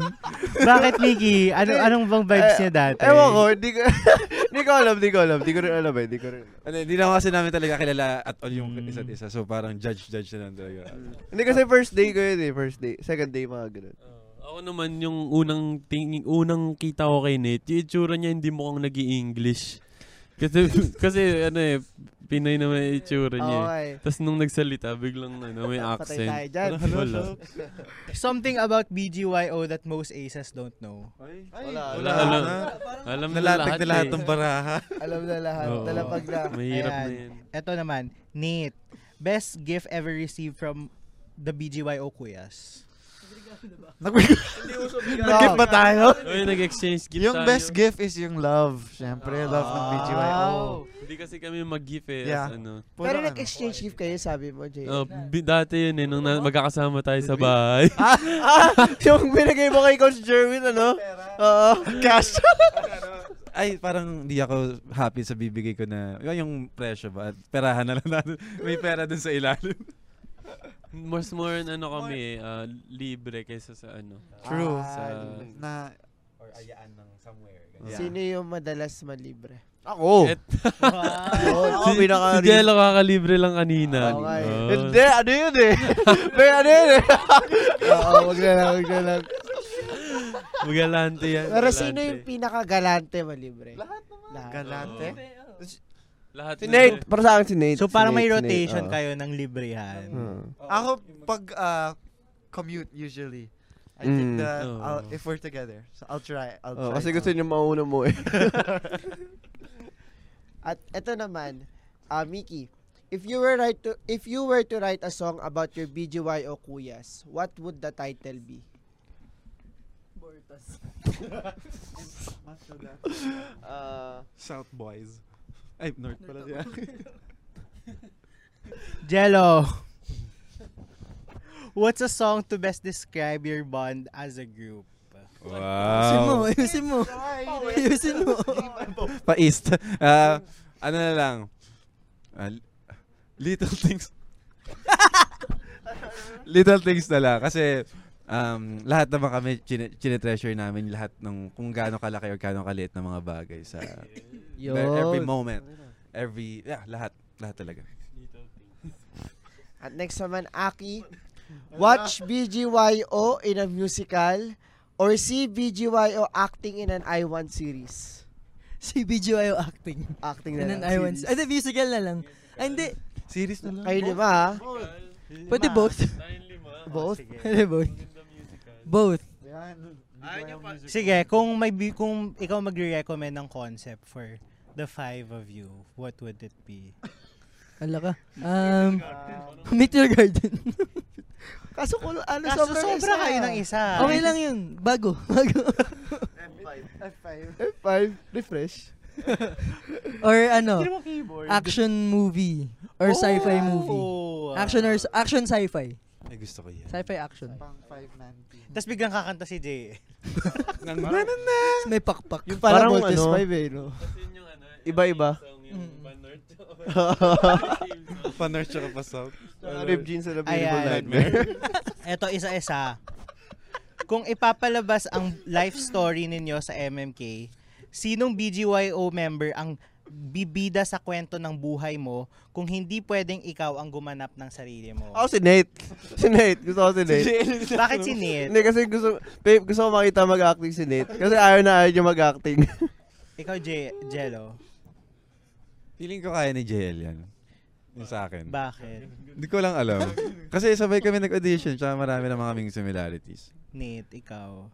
[SPEAKER 2] Bakit, Mickey? Ano, anong bang vibes niya dati?
[SPEAKER 7] eh, Ewan ko, hindi ko, (laughs) hindi ko alam, hindi ko alam. Hindi ko rin alam eh, hindi ko rin alam.
[SPEAKER 3] Ano, hindi naman kasi namin talaga kilala at all yung
[SPEAKER 2] Mm.
[SPEAKER 3] isa't isa. So parang judge-judge na lang talaga.
[SPEAKER 7] Hindi kasi first day ko yun eh, first day. Second day, mga ganun.
[SPEAKER 5] Ako naman yung unang tingin, unang kita ko kay Nate, yung itsura niya hindi mukhang nag english Kasi, (laughs) kasi ano eh, Pinay naman yung itsura niya. eh.
[SPEAKER 1] Okay.
[SPEAKER 5] Tapos nung nagsalita, biglang ano,
[SPEAKER 1] Patay
[SPEAKER 5] may
[SPEAKER 1] tayo
[SPEAKER 5] accent.
[SPEAKER 1] dyan.
[SPEAKER 5] Parang, wala.
[SPEAKER 2] Something about BGYO that most aces don't know.
[SPEAKER 7] Wala,
[SPEAKER 5] Wala,
[SPEAKER 7] wala.
[SPEAKER 5] alam. Alam na lahat,
[SPEAKER 6] Nalatag na lahat
[SPEAKER 5] eh.
[SPEAKER 6] ng baraha.
[SPEAKER 1] Alam na lahat.
[SPEAKER 5] Oo.
[SPEAKER 1] Talapag na.
[SPEAKER 5] Mahirap
[SPEAKER 2] Ayan.
[SPEAKER 5] na yan.
[SPEAKER 2] Ito naman, Nate. Best gift ever received from the BGYO Kuyas.
[SPEAKER 6] Nag-gift ba tayo?
[SPEAKER 5] Uy, nag-exchange gift
[SPEAKER 6] Yung
[SPEAKER 5] tayo.
[SPEAKER 6] best gift is yung love. Siyempre, love
[SPEAKER 1] Ah.
[SPEAKER 6] ng BGYO.
[SPEAKER 5] Hindi kasi kami mag-gift eh.
[SPEAKER 6] Yeah.
[SPEAKER 5] as ano.
[SPEAKER 6] Puro
[SPEAKER 1] Pero
[SPEAKER 6] ano.
[SPEAKER 1] nag-exchange gift kayo, sabi mo, Jay.
[SPEAKER 5] Oh, bi- dati yun eh, nung na- magkakasama tayo sa bahay.
[SPEAKER 6] Ah!
[SPEAKER 7] Yung binigay mo kay Coach Jerwin, ano? Oo.
[SPEAKER 6] Cash.
[SPEAKER 3] Ay, parang hindi ako happy sa bibigay ko na, yun, yung presyo ba? Perahan na lang natin. May pera dun sa ilalim.
[SPEAKER 5] (laughs) Mas more on ano kami eh, ah, libre kaysa sa ano.
[SPEAKER 6] True.
[SPEAKER 5] Sa-
[SPEAKER 6] Na,
[SPEAKER 3] Or ayaan ng somewhere.
[SPEAKER 6] Yeah.
[SPEAKER 1] Sino yung madalas malibre?
[SPEAKER 7] Ako.
[SPEAKER 5] Et-
[SPEAKER 7] Ako, pinaka-
[SPEAKER 5] si Jello kakalibre lang kanina.
[SPEAKER 1] Okay.
[SPEAKER 5] Oh.
[SPEAKER 7] Hindi, ano yun eh. (laughs) May ano yun (laughs) eh.
[SPEAKER 1] Oo, wag na lang, wag na lang.
[SPEAKER 5] Magalante yan.
[SPEAKER 1] Pero sino
[SPEAKER 5] galante.
[SPEAKER 1] yung pinakagalante malibre? eh. Lahat naman.
[SPEAKER 6] galante.
[SPEAKER 5] Lahat
[SPEAKER 7] Si
[SPEAKER 5] na-
[SPEAKER 7] Nate. Para sa akin si Nate.
[SPEAKER 2] So
[SPEAKER 7] Si
[SPEAKER 2] parang may
[SPEAKER 7] Nate, si Nate,
[SPEAKER 2] rotation
[SPEAKER 7] oo.
[SPEAKER 2] kayo ng librehan.
[SPEAKER 7] Hmm.
[SPEAKER 6] Ako, pag ah, commute usually, I
[SPEAKER 7] Mm.
[SPEAKER 6] think that I'll,
[SPEAKER 5] Oo.
[SPEAKER 6] if we're together, so I'll try. I'll
[SPEAKER 7] Oo,
[SPEAKER 6] try
[SPEAKER 7] kasi
[SPEAKER 6] to-
[SPEAKER 7] gusto niyo mauna (laughs) mo eh.
[SPEAKER 1] At eto naman, ah Mickey, if you were write to if you were to write a song about your BGY o kuyas, what would the title be?
[SPEAKER 3] South Boys. Ay, North pala siya.
[SPEAKER 2] Jello. (laughs) What's a song to best describe your bond as a group?
[SPEAKER 7] Um,
[SPEAKER 4] Ayusin
[SPEAKER 1] (laughs)
[SPEAKER 4] mo,
[SPEAKER 3] Wow.
[SPEAKER 4] ayusin mo. Ayusin mo.
[SPEAKER 3] (laughs) Pa-east. Ah, ano na lang. Ah, li- little things. (laughs) little things na lang. Kasi um, lahat naman kami, chine- chine-treasure namin lahat ng kung gaano kalaki or gaano kaliit na mga bagay sa every moment. Every, yeah, lahat. Lahat talaga.
[SPEAKER 1] At next naman, Aki, watch BGYO in a musical or see BGYO acting in an I1 series.
[SPEAKER 4] Si BGYO acting.
[SPEAKER 1] Acting na
[SPEAKER 4] And then
[SPEAKER 1] lang.
[SPEAKER 4] I want...
[SPEAKER 1] series.
[SPEAKER 4] Ay, the musical na lang. Ay, hindi.
[SPEAKER 3] Series na lang.
[SPEAKER 1] Kayo lima, ha?
[SPEAKER 4] Pwede both.
[SPEAKER 1] Both?
[SPEAKER 4] (laughs) Pwede both. Both.
[SPEAKER 6] Ayan.
[SPEAKER 2] Sige, kung may bi- kung ikaw magre-recommend ng concept for the five of you, what would it be?
[SPEAKER 4] Ala ka. Um, Meteor Garden.
[SPEAKER 1] Kaso kung ano,
[SPEAKER 2] Kaso
[SPEAKER 1] sobrang
[SPEAKER 2] sobra
[SPEAKER 1] isa.
[SPEAKER 2] kayo ng isa.
[SPEAKER 4] okay lang yun. Bago. (laughs) Bago.
[SPEAKER 2] Eh?
[SPEAKER 1] F5, refresh.
[SPEAKER 4] or ano,
[SPEAKER 2] mo keyboard.
[SPEAKER 4] action movie. Or
[SPEAKER 2] Oh,
[SPEAKER 4] sci-fi movie. Action or s- action sci-fi.
[SPEAKER 3] Ay, gusto ko yan.
[SPEAKER 4] Sci-fi action.
[SPEAKER 6] Pang 590.
[SPEAKER 2] Tapos biglang kakanta si Jay.
[SPEAKER 3] (laughs) Nang- Parang-
[SPEAKER 4] May pakpak.
[SPEAKER 1] Yung parang,
[SPEAKER 7] Parang
[SPEAKER 1] Voltes
[SPEAKER 7] ano?
[SPEAKER 1] 5 eh, no?
[SPEAKER 5] ano,
[SPEAKER 7] Iba-iba. (laughs)
[SPEAKER 3] Pa-north siya pa south.
[SPEAKER 7] Rib jeans and a beautiful
[SPEAKER 2] Ayan. (laughs)
[SPEAKER 7] nightmare.
[SPEAKER 2] Eto, isa-isa. Kung ipapalabas ang life story ninyo sa MMK, sinong BGYO member ang bibida sa kwento ng buhay mo kung hindi pwedeng ikaw ang gumanap ng sarili mo?
[SPEAKER 7] Ako si Nate. Si Nate. Gusto ko si Nate.
[SPEAKER 2] Bakit si Nate?
[SPEAKER 7] Hindi kasi gusto, babe, gusto ko makita mag-acting si Nate. Kasi ayaw na ayaw niya mag-acting.
[SPEAKER 2] Ikaw, J- Jello.
[SPEAKER 3] Feeling ko kaya ni JL yan. Yung sa akin.
[SPEAKER 2] Bakit?
[SPEAKER 3] Hindi ko lang alam. Kasi sabay kami nag-audition, tsaka marami naman kaming similarities.
[SPEAKER 2] Nate, ikaw.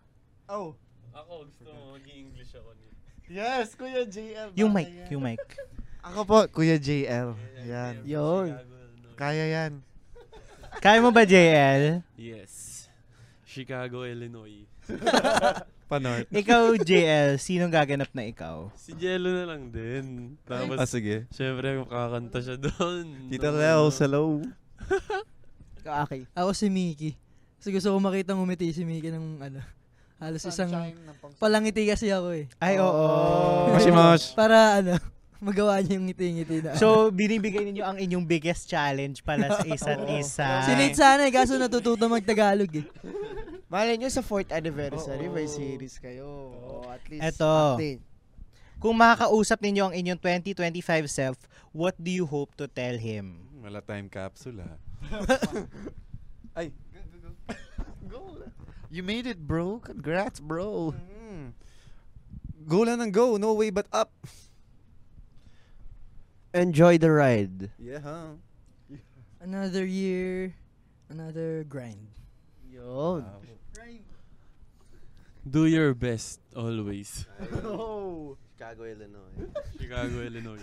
[SPEAKER 6] Oh.
[SPEAKER 5] Ako gusto mo mag-English ako niya.
[SPEAKER 6] Yes, Kuya JL.
[SPEAKER 2] Yung
[SPEAKER 6] bakit
[SPEAKER 2] mic,
[SPEAKER 6] yan?
[SPEAKER 2] yung mic.
[SPEAKER 6] Ako po, Kuya JL. Yan.
[SPEAKER 1] Yun.
[SPEAKER 6] Kaya yan.
[SPEAKER 2] Kaya mo ba, JL?
[SPEAKER 5] Yes. Chicago, Illinois.
[SPEAKER 3] Panort.
[SPEAKER 2] Ikaw, JL, sinong gaganap na ikaw?
[SPEAKER 5] Si Jello na lang din.
[SPEAKER 3] Ah,
[SPEAKER 5] Tapos,
[SPEAKER 3] sige.
[SPEAKER 5] syempre, kakanta siya doon.
[SPEAKER 3] Tita
[SPEAKER 5] Ng
[SPEAKER 3] Leo,
[SPEAKER 5] ano.
[SPEAKER 3] hello.
[SPEAKER 1] Ikaw, Aki.
[SPEAKER 4] Ako si Mickey. Kasi gusto ko makita umiti si Mickey ng ano. Halos isang... Palangiti kasi ako eh.
[SPEAKER 2] Ay, oo. Oh. (laughs)
[SPEAKER 3] Mashimash.
[SPEAKER 4] Para ano, (laughs) magawa niya yung ngiti-ngiti na.
[SPEAKER 2] So, binibigay ninyo ang inyong biggest challenge pala sa isa't isa.
[SPEAKER 4] si Nate sana eh, kaso natututo mag-Tagalog eh.
[SPEAKER 1] Malay nyo sa 4th anniversary, may series kayo. Oo, at least
[SPEAKER 2] Oh, Eto.
[SPEAKER 1] acting.
[SPEAKER 2] Kung makakausap ninyo ang inyong 2025 self, what do you hope to tell him?
[SPEAKER 3] Wala time capsule, ah. (laughs) ha? Ay.
[SPEAKER 6] You made it, bro. Congrats,
[SPEAKER 3] Mm.
[SPEAKER 6] bro.
[SPEAKER 3] Go lang ng go. No way but up.
[SPEAKER 7] Enjoy the ride.
[SPEAKER 3] Yeah, huh?
[SPEAKER 4] Another year, another grind.
[SPEAKER 7] Yun.
[SPEAKER 5] Do your best
[SPEAKER 7] (laughs)
[SPEAKER 5] always.
[SPEAKER 7] Oh. Chicago, Illinois. (laughs)
[SPEAKER 5] Chicago, Illinois.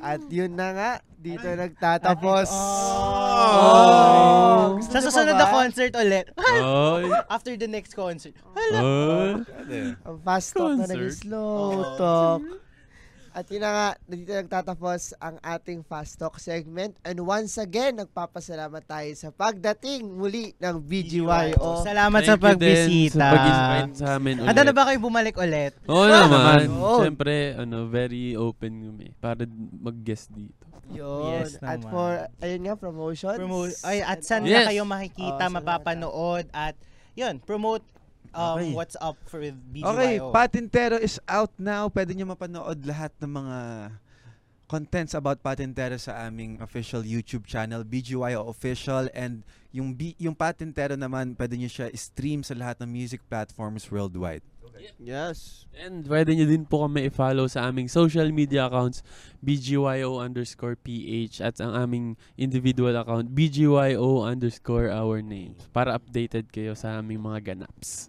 [SPEAKER 1] At yun na nga, dito nagtatapos.
[SPEAKER 2] Oh!
[SPEAKER 1] Gusto
[SPEAKER 2] Sa
[SPEAKER 1] niyo pa
[SPEAKER 2] susunod
[SPEAKER 1] ba?
[SPEAKER 2] na concert ulit.
[SPEAKER 5] Oy.
[SPEAKER 2] After the next concert.
[SPEAKER 5] Oy.
[SPEAKER 1] Ang fast talk na
[SPEAKER 5] Concert.
[SPEAKER 1] naging slow talk. At yun na nga, dito nagtatapos ang ating Fast Talk segment. And once again, nagpapasalamat tayo sa pagdating muli ng BGYO.
[SPEAKER 2] Salamat sa
[SPEAKER 5] Thank you din
[SPEAKER 2] pagbisita.
[SPEAKER 5] Sa pag-invite sa amin ulit.
[SPEAKER 2] Handa na ba Ah! Oh. kayo bumalik ulit?
[SPEAKER 5] Oo naman.
[SPEAKER 1] Oo.
[SPEAKER 5] Siyempre, ano, very open kami para mag-guest dito.
[SPEAKER 1] Yun.
[SPEAKER 2] Yes
[SPEAKER 1] At
[SPEAKER 2] naman.
[SPEAKER 1] for, ayun nga, promotions.
[SPEAKER 2] Promote. Ay, at saan
[SPEAKER 5] Yes.
[SPEAKER 2] na kayo
[SPEAKER 1] Oh,
[SPEAKER 2] makikita,
[SPEAKER 1] saan na
[SPEAKER 2] mapapanood, at yun, promote um,
[SPEAKER 3] Okay.
[SPEAKER 2] what's up for BGYO.
[SPEAKER 3] Okay, Patintero is out now. Pwede nyo mapanood lahat ng mga contents about Patintero sa aming official YouTube channel, BGYO Official. And yung, B- yung Patintero naman, pwede nyo siya stream sa lahat ng music platforms worldwide.
[SPEAKER 7] Yes.
[SPEAKER 5] And pwede nyo din po kami i-follow sa aming social media accounts, BGYO underscore PH at ang aming individual account, BGYO underscore our name para updated kayo sa aming mga
[SPEAKER 2] (laughs)
[SPEAKER 5] ganaps.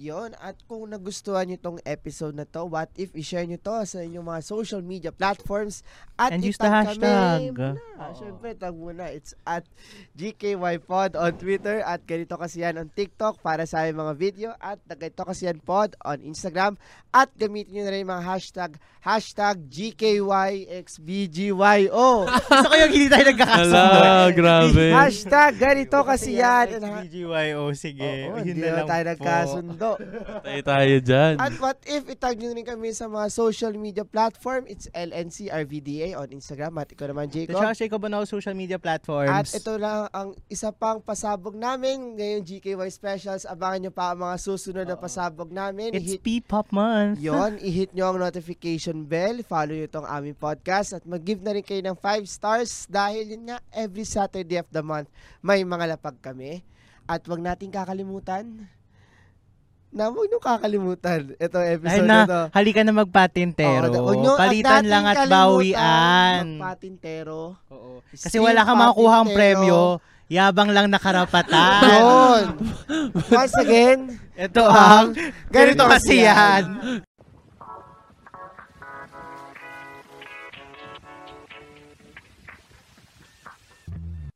[SPEAKER 1] Yun, at kung nagustuhan nyo tong episode na to, what if i-share nyo to sa inyong mga social media platforms at
[SPEAKER 2] And use the
[SPEAKER 1] itag
[SPEAKER 2] hashtag.
[SPEAKER 1] Kami muna. Siyempre, tag muna. It's at GKYPod on Twitter at ganito kasi yan on TikTok para sa aming mga video at ganito kasi yan pod on Instagram at gamitin nyo na rin yung mga hashtag hashtag
[SPEAKER 2] (laughs)
[SPEAKER 1] GKYXBGYO
[SPEAKER 2] Gusto ko yung hindi tayo nagkakasundo.
[SPEAKER 5] Ala, grabe.
[SPEAKER 1] hashtag ganito kasi yan and ha-
[SPEAKER 2] BGYO, sige.
[SPEAKER 1] Oo,
[SPEAKER 2] Yun
[SPEAKER 1] hindi
[SPEAKER 2] na
[SPEAKER 1] na
[SPEAKER 2] lang
[SPEAKER 1] tayo
[SPEAKER 2] po.
[SPEAKER 1] nagkasundo.
[SPEAKER 5] Tayo tayo dyan.
[SPEAKER 1] At what if itag nyo rin kami sa mga social media platform? It's LNCRVDA on Instagram at ikaw naman
[SPEAKER 2] The Chow
[SPEAKER 1] Jacob.
[SPEAKER 2] Shake Obanaw social media platforms.
[SPEAKER 1] At ito lang ang isa pang pasabog namin ngayong GKY Specials. Abangan nyo pa ang mga susunod na pasabog namin. I-hit
[SPEAKER 2] It's P-Pop Month. (laughs)
[SPEAKER 1] yon, i-hit nyo ang notification bell, follow nyo itong aming podcast at mag-give na rin kayo ng 5 stars dahil yun nga, every Saturday of the month, may mga lapag kami. At wag nating kakalimutan na huwag nyo kakalimutan itong
[SPEAKER 2] Dahil
[SPEAKER 1] episode na, to.
[SPEAKER 2] na, halika na magpatintero.
[SPEAKER 1] Oo, huwag nyo- at
[SPEAKER 2] Palitan lang
[SPEAKER 1] dating
[SPEAKER 2] at
[SPEAKER 1] kalimutan
[SPEAKER 2] bawian.
[SPEAKER 1] Magpatintero.
[SPEAKER 2] Kasi wala kang makukuha ang premyo, yabang lang
[SPEAKER 1] (laughs)
[SPEAKER 2] nakarapatan. (laughs)
[SPEAKER 1] Yun. Once again, ah,
[SPEAKER 2] Ito ang, ganito
[SPEAKER 1] ganito
[SPEAKER 2] kasi
[SPEAKER 1] kasi
[SPEAKER 2] yan.